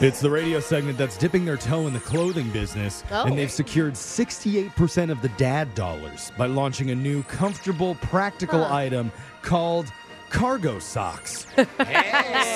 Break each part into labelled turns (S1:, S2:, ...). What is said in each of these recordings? S1: It's the radio segment that's dipping their toe in the clothing business,
S2: Oh.
S1: and they've secured 68% of the dad dollars by launching a new comfortable, practical item called cargo socks.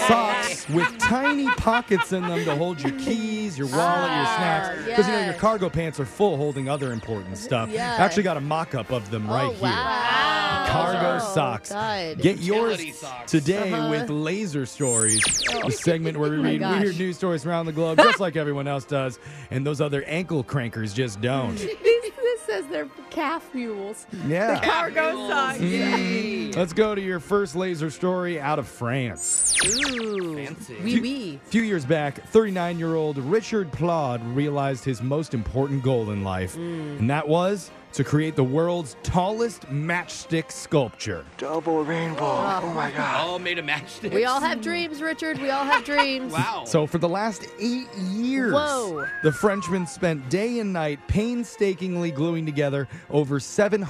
S1: Socks with tiny pockets in them to hold your keys, your wallet, your snacks. Because you know your
S2: Ah, yes.
S1: cargo pants are full holding other important stuff.
S2: Yes.
S1: I actually got a mock-up of them right
S2: oh,
S1: here.
S2: wow.
S1: Cargo
S2: Oh,
S1: socks.
S2: God.
S1: Get yours
S3: Utility socks.
S1: today
S2: Uh-huh. Oh,
S1: with Laser Stories, the segment where we
S2: my
S1: read
S2: gosh.
S1: weird news stories around the globe, just like everyone else does, and those other ankle crankers just don't.
S4: These, this says they're calf mules.
S1: yeah.
S4: Cargo socks.
S1: Mm.
S3: Yay.
S1: Let's go to your first laser story out of France.
S3: Fancy.
S4: Wee wee.
S1: A few years back, 39 year old Richard Plaud realized his most important goal in life,
S2: Mm.
S1: and that was to create the world's tallest matchstick sculpture.
S5: Double rainbow. Oh my god.
S3: all made a matchstick.
S4: We all have dreams, Richard. We all have dreams.
S3: Wow.
S1: So for the last eight years,
S4: Whoa.
S1: the Frenchman spent day and night painstakingly gluing together over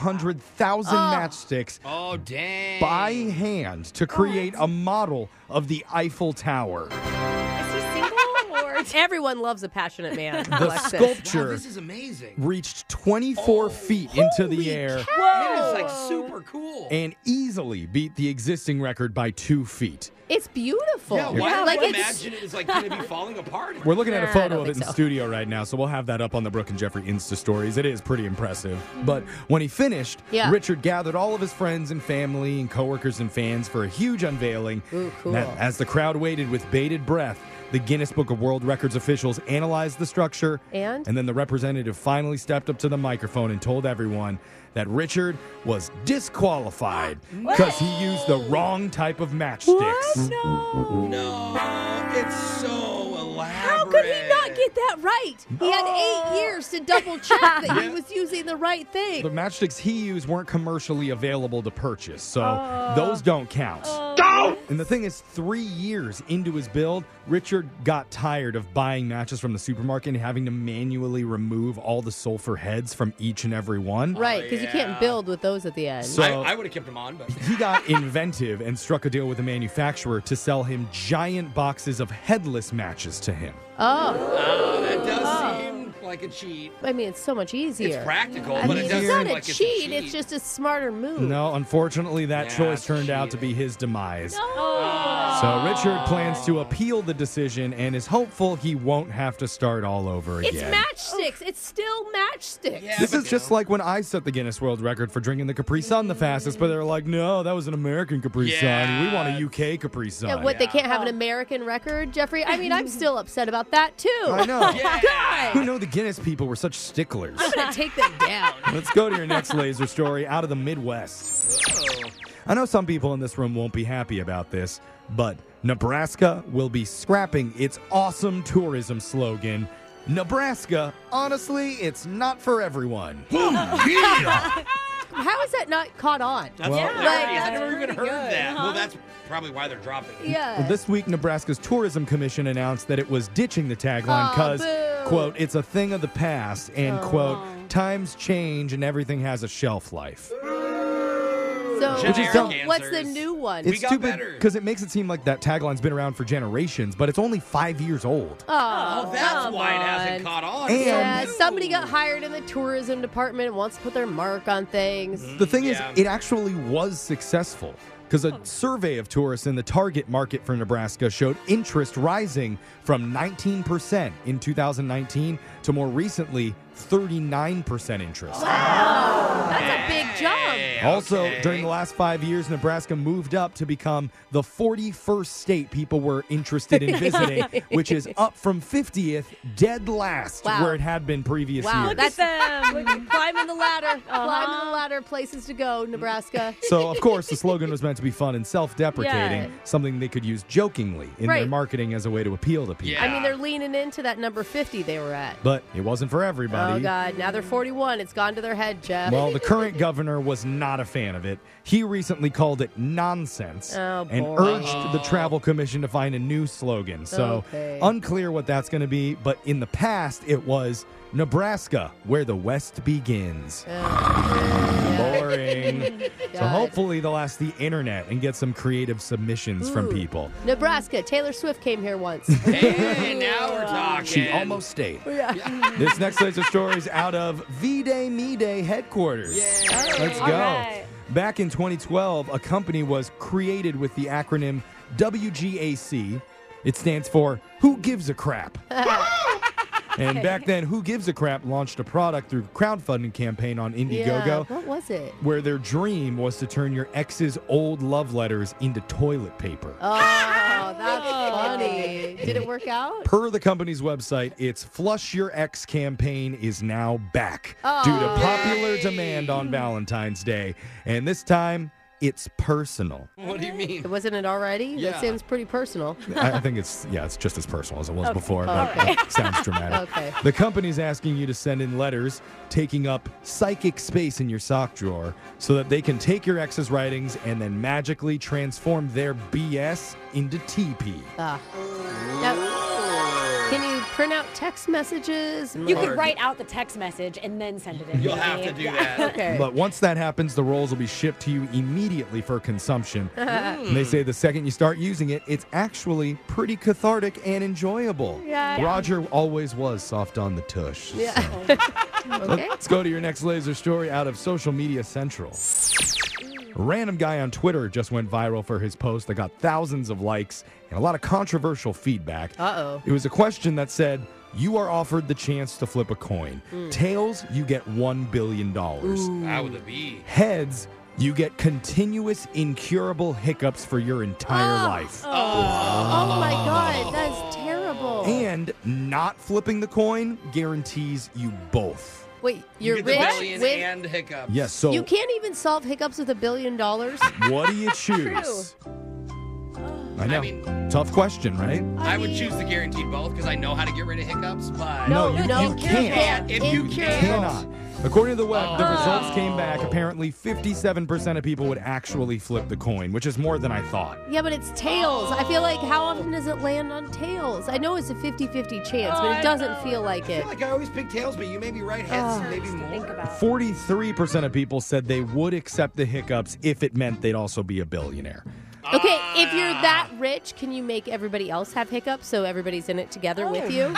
S1: 700,000 matchsticks
S3: Oh dang.
S1: by hand to create a model of the Eiffel Tower.
S4: Is he single or? Everyone loves a passionate man.
S1: The
S4: Alexis.
S3: Wow,
S1: sculpture
S3: this is amazing.
S1: reached 24 feet into the air
S3: It is like super cool.
S1: and easily beat the existing record by two feet.
S4: It's beautiful.
S3: yeah, why
S4: like
S3: like
S4: it's
S3: imagine it was like going to be falling apart?
S1: We're looking at a
S4: Nah, I
S1: photo
S4: don't
S1: of it in
S4: think
S1: the
S4: so.
S1: studio right now, so we'll have that up on the Brooke and Jeffrey Insta stories. It is pretty impressive. But when he finished,
S4: Yeah.
S1: Richard gathered all of his friends and family and coworkers and fans for a huge unveiling.
S4: Ooh, cool.
S1: Now, as the crowd waited with bated breath, the Guinness Book of World Records officials analyzed the structure.
S4: And?
S1: then the representative finally stepped up to the microphone and told everyone that Richard was disqualified because he used the wrong type of matchsticks. Mm-hmm.
S4: No.
S3: no, it's so elaborate.
S4: How could he not get that right? He had eight years to double check that he was using the right thing.
S1: Oh. The matchsticks he used weren't commercially available to purchase, so those don't count. And the thing is, three years into his build, Richard got tired of buying matches from the supermarket and having to manually remove all the sulfur heads from each and every one.
S4: Right, because you can't
S3: yeah.
S4: build with those at the end.
S1: Oh, So-
S3: I, I would have kept him on, but
S1: He got inventive and struck a deal with a manufacturer to sell him giant boxes of headless matches to him.
S4: oh,
S3: oh, that does seem like a cheat.
S4: I mean, it's so much easier.
S3: It's practical,
S4: I
S3: but
S4: mean,
S3: it
S4: it's
S3: does
S4: not
S3: seem
S4: a,
S3: like
S4: cheat,
S3: it's a cheat.
S4: It's just a smarter move.
S1: No, unfortunately, that
S3: Yeah,
S1: choice turned out to
S3: cheater.
S1: be his demise.
S4: Oh.
S1: So Richard plans to appeal the decision and is hopeful he won't have to start all over
S4: It's
S1: again.
S4: matchsticks. It's still matchsticks.
S3: Yeah.
S1: this
S3: but
S1: is just
S3: no.
S1: like when I set the Guinness World Record for drinking the Capri Sun the fastest, but they're like, no, that was an American Capri Sun. We want
S3: Yeah.
S1: a UK Capri Sun.
S4: And what they can't have an American record, Jeffrey. I mean, I'm still upset about that too.
S1: I know.
S3: Yeah.
S1: Who know the Guinness people were such sticklers?
S4: I'm gonna take them down.
S1: Let's go to your next laser story out of the Midwest.
S3: Oh.
S1: I know some people in this room won't be happy about this, but Nebraska will be scrapping its awesome tourism slogan. Nebraska, honestly, it's not for everyone.
S4: How is that not caught on?
S3: That's
S1: Well-
S3: hilarious. I
S4: Yeah,
S3: never
S4: that's
S3: even
S4: pretty
S3: heard
S4: good,
S3: that.
S4: huh?
S3: Well, that's probably why they're dropping it.
S4: Yeah.
S1: This week, Nebraska's Tourism Commission announced that it was ditching the tagline
S4: Aw,
S1: because,
S4: boo.
S1: quote, it's a thing of the past, and, quote, times change and everything has a shelf life.
S4: so,
S3: Which
S1: is
S4: so
S3: dumb.
S4: what's the
S3: answers.
S4: new one?
S1: It's
S3: got
S1: stupid
S3: better.
S1: because it makes it seem like that tagline's been around for generations, but it's only five years old.
S4: oh,
S3: Oh, that's
S4: come
S3: why it
S4: on.
S3: hasn't caught on.
S1: And-
S4: Yeah,
S3: So new.
S4: somebody got hired in the tourism department and wants to put their mark on things.
S3: Mm.
S1: The thing
S3: Yeah.
S1: is, it actually was successful because a survey of tourists in the target market for Nebraska showed interest rising from 19% in 2019 to more recently 39% interest.
S4: That's a big jump.
S3: Yeah,
S1: Also,
S3: okay.
S1: during the last five years, Nebraska moved up to become the 41st state people were interested in visiting, which is up from 50th, dead last,
S4: Wow.
S1: where it had been previous
S4: Wow,
S1: years.
S4: that's climbing the ladder, Uh-huh. climbing the ladder, places to go, Nebraska.
S1: So, of course, the slogan was meant to be fun and self deprecating,
S4: Yeah.
S1: something they could use jokingly in their
S4: Right.
S1: marketing as a way to appeal to people.
S3: Yeah.
S4: I mean, they're leaning into that number 50 they were at.
S1: But it wasn't for everybody.
S4: Oh, God. Now they're 41. It's gone to their head, Jeff.
S1: Well, the current governor was not a fan of it. He recently called it nonsense
S4: Oh,
S1: and
S4: boy.
S1: urged the Travel Commission to find a new slogan. So,
S4: Okay.
S1: unclear what that's going to be, but in the past, it was Nebraska, where the West begins.
S4: Oh, Yeah.
S1: boring. so
S4: God.
S1: hopefully they'll ask the internet and get some creative submissions from
S4: Ooh.
S1: people.
S4: Nebraska. Taylor Swift came here once.
S3: Hey, now we're talking.
S1: She almost stayed.
S4: yeah.
S1: this next slice of stories out of V-Day Me Day headquarters. Let's go.
S2: All right.
S1: Back in 2012, a company was created with the acronym WGAC. It stands for Who Gives a Crap. and back then, Who Gives a Crap launched a product through crowdfunding campaign on
S4: Yeah.
S1: Indiegogo.
S4: What was it?
S1: Where their dream was to turn your ex's old love letters into toilet paper.
S4: Oh, that's funny. Did it work out?
S1: Per the company's website, its Flush Your Ex campaign is now back due to
S4: Aw.
S1: popular demand on Valentine's Day. And this time, it's personal.
S3: What do you mean?
S4: Wasn't it already?
S3: Yeah.
S4: That seems pretty personal.
S1: I I think it's, yeah, it's just as personal as it was before,
S4: Oh,
S1: but it sounds dramatic.
S4: Okay.
S1: The company's asking you to send in letters taking up psychic space in your sock drawer so that they can take your ex's writings and then magically transform their BS into TP.
S4: Ah. Now, can you print out text messages?
S2: You could
S3: Hard.
S2: write out the text message and then send it in.
S3: You'll
S2: to
S3: have
S2: me.
S3: to do
S2: Yeah.
S3: that.
S4: Okay.
S1: But once that happens, the rolls will be shipped to you immediately for consumption. And they say the second you start using it, it's actually pretty cathartic and enjoyable.
S4: Yeah.
S1: Roger always was soft on the tush. so.
S4: okay.
S1: Let's go to your next laser story out of Social Media Central. A random guy on Twitter just went viral for his post that got thousands of likes and a lot of controversial feedback.
S4: Uh-oh.
S1: It was a question that said, You are offered the chance to flip a coin. Tails, you get $1 billion.
S3: How would it be?
S1: Heads, you get continuous incurable hiccups for your entire life.
S4: Oh my god,
S3: Oh.
S4: that's
S1: Oh.
S4: terrible.
S1: And not flipping the coin guarantees you both.
S4: Wait,
S3: You
S4: you're
S3: get the
S4: rich
S3: billion
S4: with
S3: and hiccups.
S1: Yes, so
S4: you can't even solve hiccups with a billion dollars.
S1: what do you choose? I know.
S3: mean-
S1: Tough question, right?
S3: I would choose the guaranteed both because I know how to get rid of hiccups, but
S1: No,
S4: no,
S1: you-
S4: no,
S1: you can't.
S3: If you
S4: Incurable.
S1: Cannot. According to the web, the results came back. Apparently, 57% of people would actually flip the coin, which is more than I thought.
S4: Yeah, but it's tails. I feel like how often does it land on tails? I know it's a 50-50 chance, but it doesn't feel like
S3: Oh, I
S4: it.
S3: feel like I always pick tails, but you may be right. Heads, maybe more.
S2: Think about.
S1: 43% of people said they would accept the hiccups if it meant they'd also be a billionaire.
S4: Okay, if
S3: Ah.
S4: you're that rich, can you make everybody else have hiccups so everybody's in it
S1: Oh,
S4: together with you?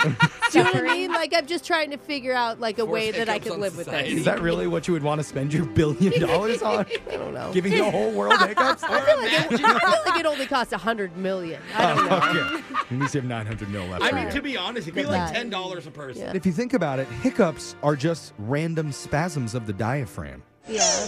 S4: Do you know what I mean? Like I'm just trying to figure out like a
S3: Force
S4: way that I
S3: hiccups
S4: could
S3: on
S4: live
S3: society.
S1: Is
S4: with this.
S1: that really what you would want to spend your billion dollars on?
S4: I don't know.
S1: Giving the whole world hiccups?
S3: Or imagine-
S4: I feel like it only costs a hundred million. I don't know.
S1: Oh, okay. At least you have 900 mil left.
S3: I
S1: for
S3: mean,
S1: you.
S3: to be honest, it'd be
S4: Good
S3: like
S4: luck.
S3: ten dollars a person.
S4: Yeah.
S1: if you think about it, hiccups are just random spasms of the diaphragm.
S4: Yeah.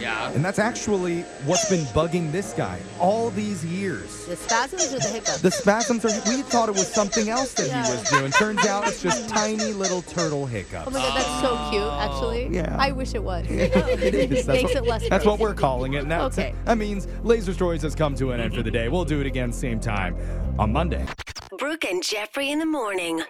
S3: Yeah.
S1: And that's actually what's been bugging this guy all these years.
S4: The spasms or the hiccups?
S1: The spasms are, we thought it was something else that
S4: Yeah.
S1: he was doing. Turns out it's just tiny little turtle hiccups.
S4: Oh my god, that's so cute, actually.
S1: Yeah.
S4: I wish it was.
S1: it is. That's,
S4: Makes
S1: what,
S4: it less
S1: that's what
S4: crazy.
S1: we're calling it. And that's
S4: Okay.
S1: That means Laser Stories has come to an end for the day. We'll do it again same time on Monday.
S6: Brooke and Jeffrey in the morning.